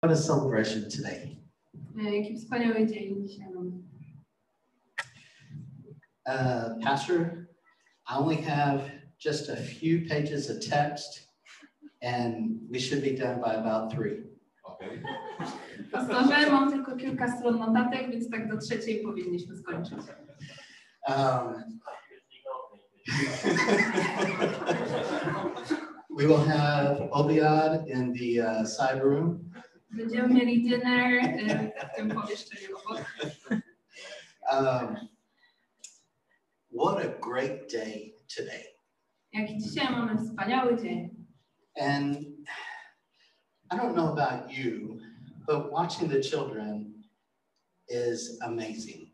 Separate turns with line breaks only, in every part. What a celebration today.
E, Jaki wspaniały dzień dzisiaj mamy.
Uh, Pastor, I only have just a few pages of text, and we should be done by about three.
Okej.
Pastorze, mam tylko kilka stron notatek, więc tak do trzeciej powinniśmy skończyć.
Um, we will have Obiad in the uh, side room.
Będziemy mieli dinner e, w tym pomieszczeniu obok.
Um, what a great day today.
Jak i dzisiaj mamy wspaniały dzień.
And I don't know about you, but watching the children is amazing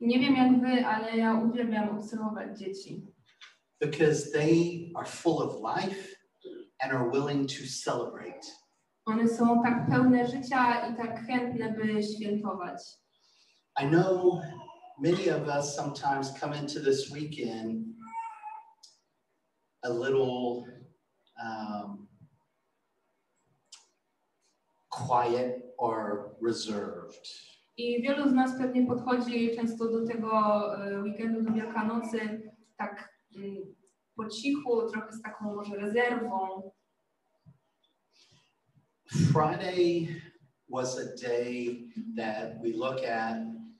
Nie wiem jak wy, ale ja uwielbiam obserwować dzieci,
because they are full of life and are willing to celebrate.
One są tak pełne życia i tak chętne, by świętować.
I know many of us sometimes come into this weekend a little um, quiet or reserved.
I wielu z nas pewnie podchodzi często do tego e, weekendu, do Wielkanocy, tak mm, po cichu, trochę z taką może rezerwą.
Friday was a day that we look at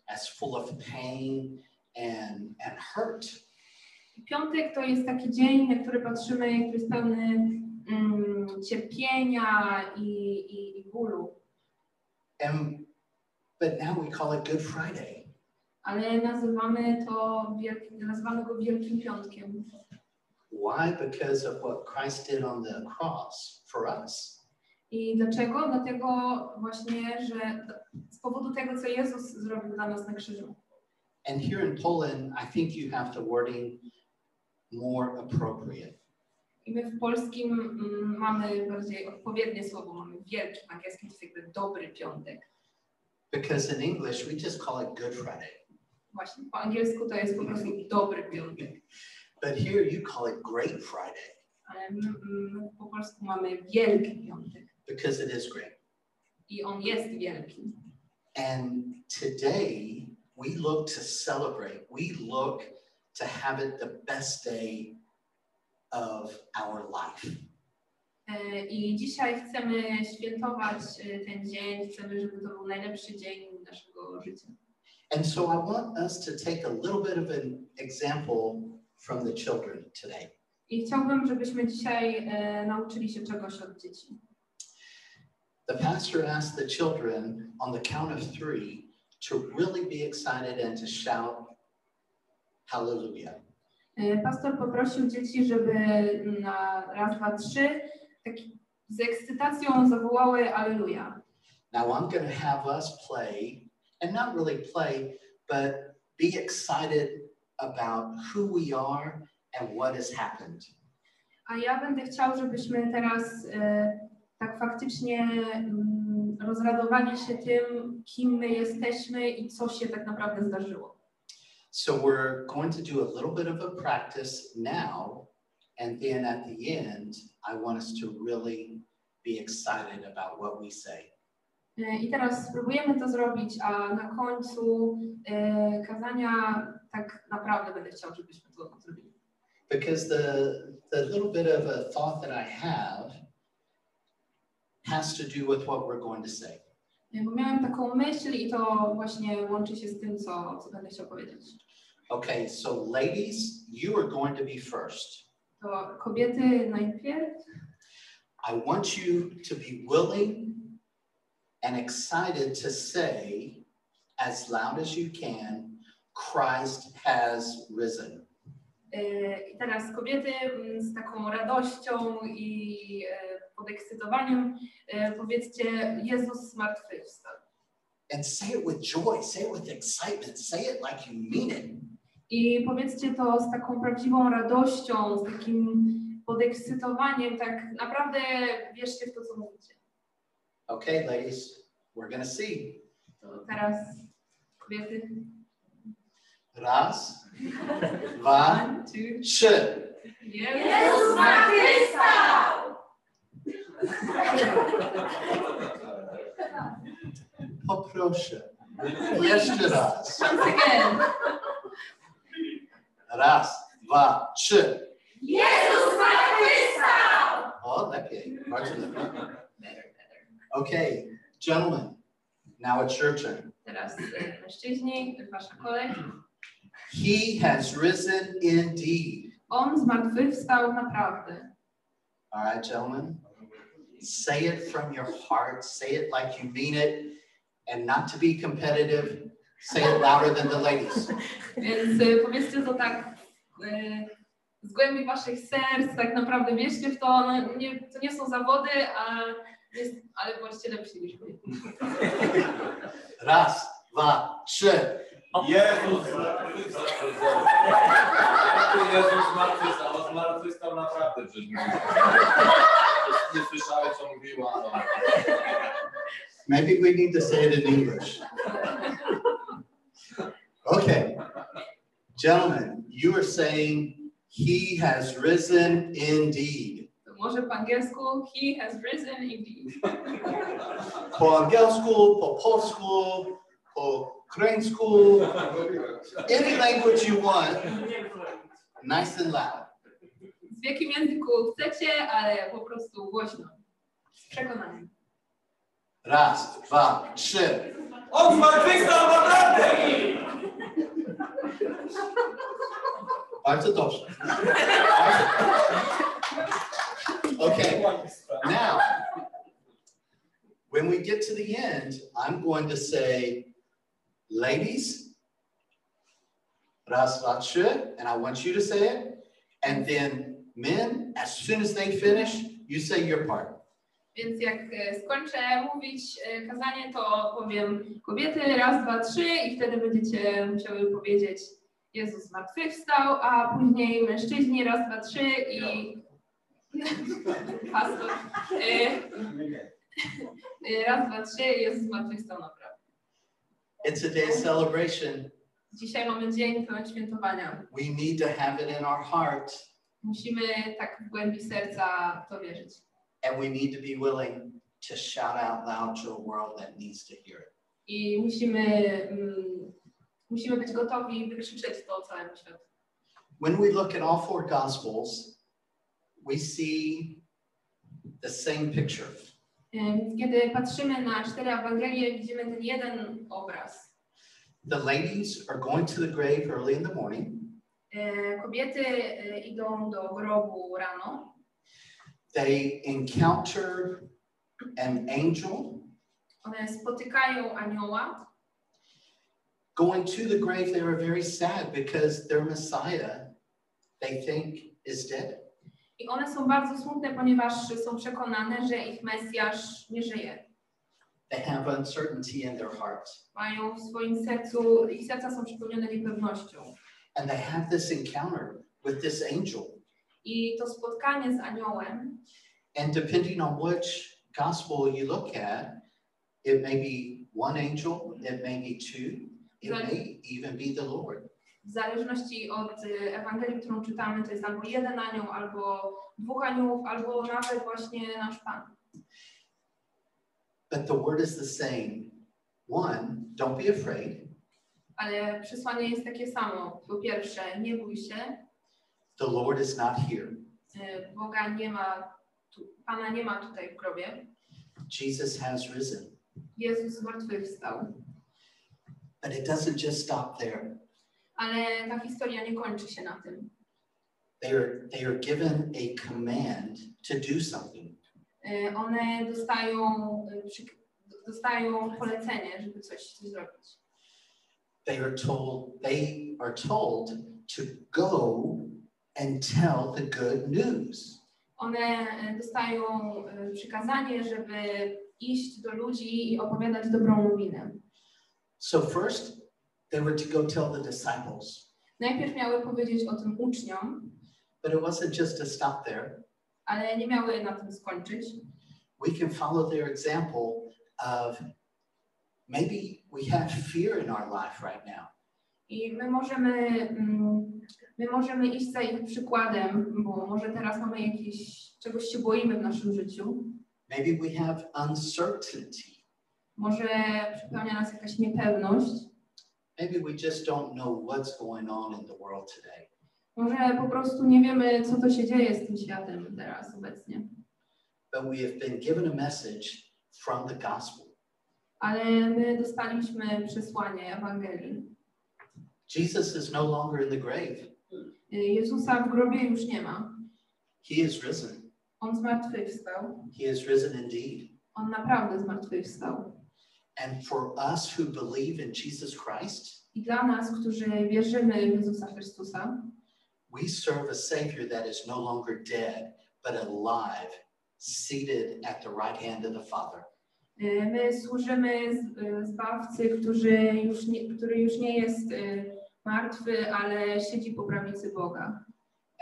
as full of pain and, and hurt.
Piątek to jest taki dzień, na który patrzymy, który jest pełny mm, cierpienia i, i, i bólu.
And but now we call it Good Friday.
Ale nazywamy, to wielki, nazywamy go Wielkim Piątkiem.
Why? Because of what Christ did on the cross for us.
I dlaczego? Dlatego właśnie, że z powodu tego, co Jezus zrobił dla nas na krzyżu.
And here in Poland, I think you have the wording more appropriate.
I my w polskim mm, mamy bardziej odpowiednie słowo, mamy wielki, w angielskim to jest jakby dobry piątek.
Because in English, we just call it Good Friday.
Właśnie po angielsku to jest po prostu dobry piątek,
But here you call it Great Friday
ale my, my po polsku mamy wielki piątek.
because it is great.
i on jest wielki.
And today we look to celebrate. We look to have it the best day of our life.
E, I dzisiaj chcemy świętować e, ten dzień, chcemy, żeby to był najlepszy dzień naszego życia.
And so I want us to take a little bit of an example from the children today.
I chciałbym, żebyśmy dzisiaj e, nauczyli się czegoś od dzieci.
The pastor asked the children on the count of three to really be excited and to shout hallelujah.
E, pastor poprosił dzieci, żeby na raz, dwa, trzy tak z ekscytacją zawołały Alleluja.
Now I'm going to have us play and not really play, but be excited about who we are and what has happened.
A ja będę chciał, żebyśmy teraz e, tak faktycznie mm, rozradowali się tym, kim my jesteśmy i co się tak naprawdę zdarzyło.
So we're going to do a little bit of a practice now. And then at the end, I want us to really be excited about what we say.
E, I teraz spróbujemy to zrobić, a na końcu e, kazania tak naprawdę będę chciał, żebyśmy to zrobili.
Because the, the little bit of a thought that I have has to do with what we're going to say.
E, Bo miałem taką myśl i to właśnie łączy się z tym, co, co będę chciał powiedzieć.
Okay, so ladies, you are going to be first.
To kobiety najpierw
I want you to be willing and excited to say as loud as you can, Christ has risen.
e, i teraz kobiety m, z taką radością i e, podekscytowaniem e, powiedzcie Jezus zmartwychwstał.
And say it with joy, say it with excitement, say it like you mean it.
I powiedzcie to z taką prawdziwą radością, z takim podekscytowaniem, tak naprawdę wierzcie w to, co mówicie.
Okay, ladies, we're gonna see.
To teraz kobiety.
Raz, dwa,
One, two,
trzy.
Jezus zmartwychwstał!
Poproszę. Jeszcze raz.
Once again.
Raz, dwa, trzy.
Jezus zmartwychwstał!
O, lepiej. Bardzo lepiej. Okay, gentlemen, now it's your turn.
Teraz e, mężczyźni, wasza kolej.
He has risen indeed.
On zmartwychwstał naprawdę.
All right, gentlemen. Say it from your heart. Say it like you mean it. And not to be competitive, say it louder than the ladies.
Więc e, powiedzcie to tak e, z głębi waszych serc, tak naprawdę wierzcie w to. No, nie, to nie są zawody, a jest, ale bądźcie lepsi niż my.
Raz, dwa, trzy.
Jezus zmartwychwstał. Ty Jezus zmartwychwstał, a zmartwychwstał naprawdę przecież. nie słyszałem. Nie słyszałeś, co mówiła. ale-
Maybe we need to say it in English. Okay. Gentlemen, you are saying he has risen indeed.
To może po angielsku He has risen indeed.
Po angielsku, po polsku, po ukraińsku, any language you want, nice and loud.
W jakim języku chcecie, ale po prostu głośno. Przekonany.
Raz, dwa, trzy.
On zmartwychwstał naprawdę!
Bardzo dobrze. Okay. Now, when we get to the end, I'm going to say, ladies, raz, dwa, trzy, and I want you to say it. And then men, as soon as they finish, you say your part.
Więc jak e, skończę mówić e, kazanie, to powiem kobiety raz, dwa, trzy i wtedy będziecie musiały powiedzieć Jezus zmartwychwstał, a później mężczyźni raz, dwa, trzy i pastor. E, e, Raz, dwa, trzy, Jezus zmartwychwstał naprawdę.
It's a day of celebration.
Dzisiaj mamy dzień pełen świętowania.
We need to have it in our heart
Musimy tak w głębi serca w to wierzyć.
and we need to be willing to shout out loud to a world that needs to hear it.
I musimy, mm, musimy być gotowi wykrzyczeć to całemu światu.
When we look at all four gospels, we see the same picture.
E, Więc Kiedy patrzymy na cztery Ewangelie, widzimy ten jeden obraz.
The ladies are going to the grave early in the morning.
E, Kobiety e, idą do grobu rano,
They encounter an angel.
one spotykają anioła.
Going to the grave, they were very sad because their Messiah, they think, is dead.
I one są bardzo smutne, ponieważ są przekonane, że ich Mesjasz nie żyje.
They have uncertainty in their hearts.
Mają w swoim sercu, ich serca są przepełnione niepewnością.
And they have this encounter with this angel.
I to spotkanie z aniołem,
And depending on which gospel you look at, it may be one angel, it may be two, it may even be the Lord.
w zależności od e, Ewangelii, którą czytamy, to jest albo jeden anioł, albo dwóch aniołów, albo nawet właśnie nasz Pan.
But the word is the same. One, don't be afraid.
Ale przesłanie jest takie samo. Po pierwsze, nie bój się,
The Lord is not here.
y, Boga nie ma, tu, Pana nie ma tutaj w grobie.
Jesus has risen.
Jezus zmartwychwstał.
But it doesn't just stop there.
Ale ta historia nie kończy się na tym.
They are, they are given a command to do something.
Y, One dostają, y, przy, dostają polecenie, żeby coś, coś zrobić.
They are told, they are told to go and tell the good news.
One y, dostają y, przykazanie, żeby iść do ludzi i opowiadać dobrą nowinę.
So first, they were to go tell the disciples.
Najpierw miały powiedzieć o tym uczniom,
But it wasn't just to stop there.
ale nie miały na tym skończyć.
We can follow their example of maybe we have fear in our life right now.
I my możemy, mm, my możemy iść za ich przykładem, bo może teraz mamy jakiś, czegoś się boimy w naszym życiu.
Maybe we have uncertainty.
Może przepełnia nas jakaś niepewność.
Maybe we just don't know what's going on in the world today.
Może po prostu nie wiemy, co to się dzieje z tym światem teraz obecnie.
But we have been given a message from the gospel.
Ale my dostaliśmy przesłanie Ewangelii.
Jesus is no longer in the grave,
Jezusa w grobie już nie ma.
he is risen.
On zmartwychwstał.
He is risen indeed.
On naprawdę zmartwychwstał.
And for us who believe in Jesus Christ,
I dla nas, którzy wierzymy w Jezusa Chrystusa,
we serve a Savior that is no longer dead, but alive, seated at the right hand of the Father.
E, My służymy z- e, Zbawcy, który już nie, który już nie jest e, martwy, ale siedzi po prawicy Boga.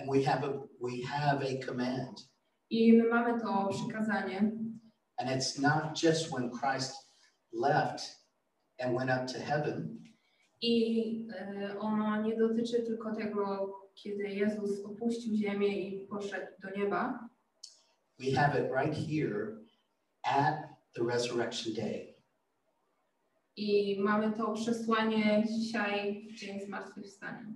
And we have a we have a command.
I my mamy to przykazanie.
And it's not just when Christ left and went up to heaven,
I e, ono nie dotyczy tylko tego, kiedy Jezus opuścił ziemię i poszedł do nieba,
we have it right here at the resurrection day.
i mamy to przesłanie dzisiaj, w dzień zmartwychwstania.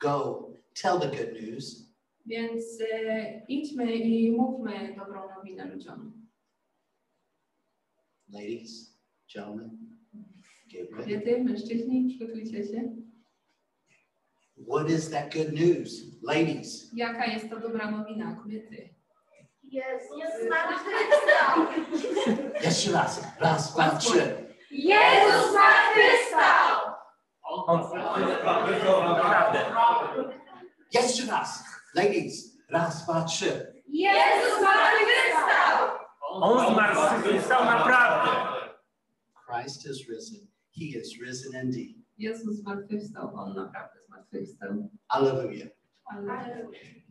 Go tell the good news.
Więc e, idźmy i mówmy dobrą nowinę ludziom.
Ladies, gentlemen, get ready.
Kobiety, mężczyźni, przygotujcie się.
What is that good news? Ladies,
Jaka jest to dobra nowina, kobiety?
Jezus zmartwychwstał!
jeszcze raz, raz, dwa, trzy.
Jezus zmartwychwstał!
Zmartwychwstał naprawdę.
Jeszcze raz, ladies, raz, dwa, trzy.
Jezus zmartwychwstał!
On zmartwychwstał naprawdę.
Christ is risen. He is risen indeed.
Jezus zmartwychwstał, On naprawdę zmartwychwstał.
Hallelujah.
Ale...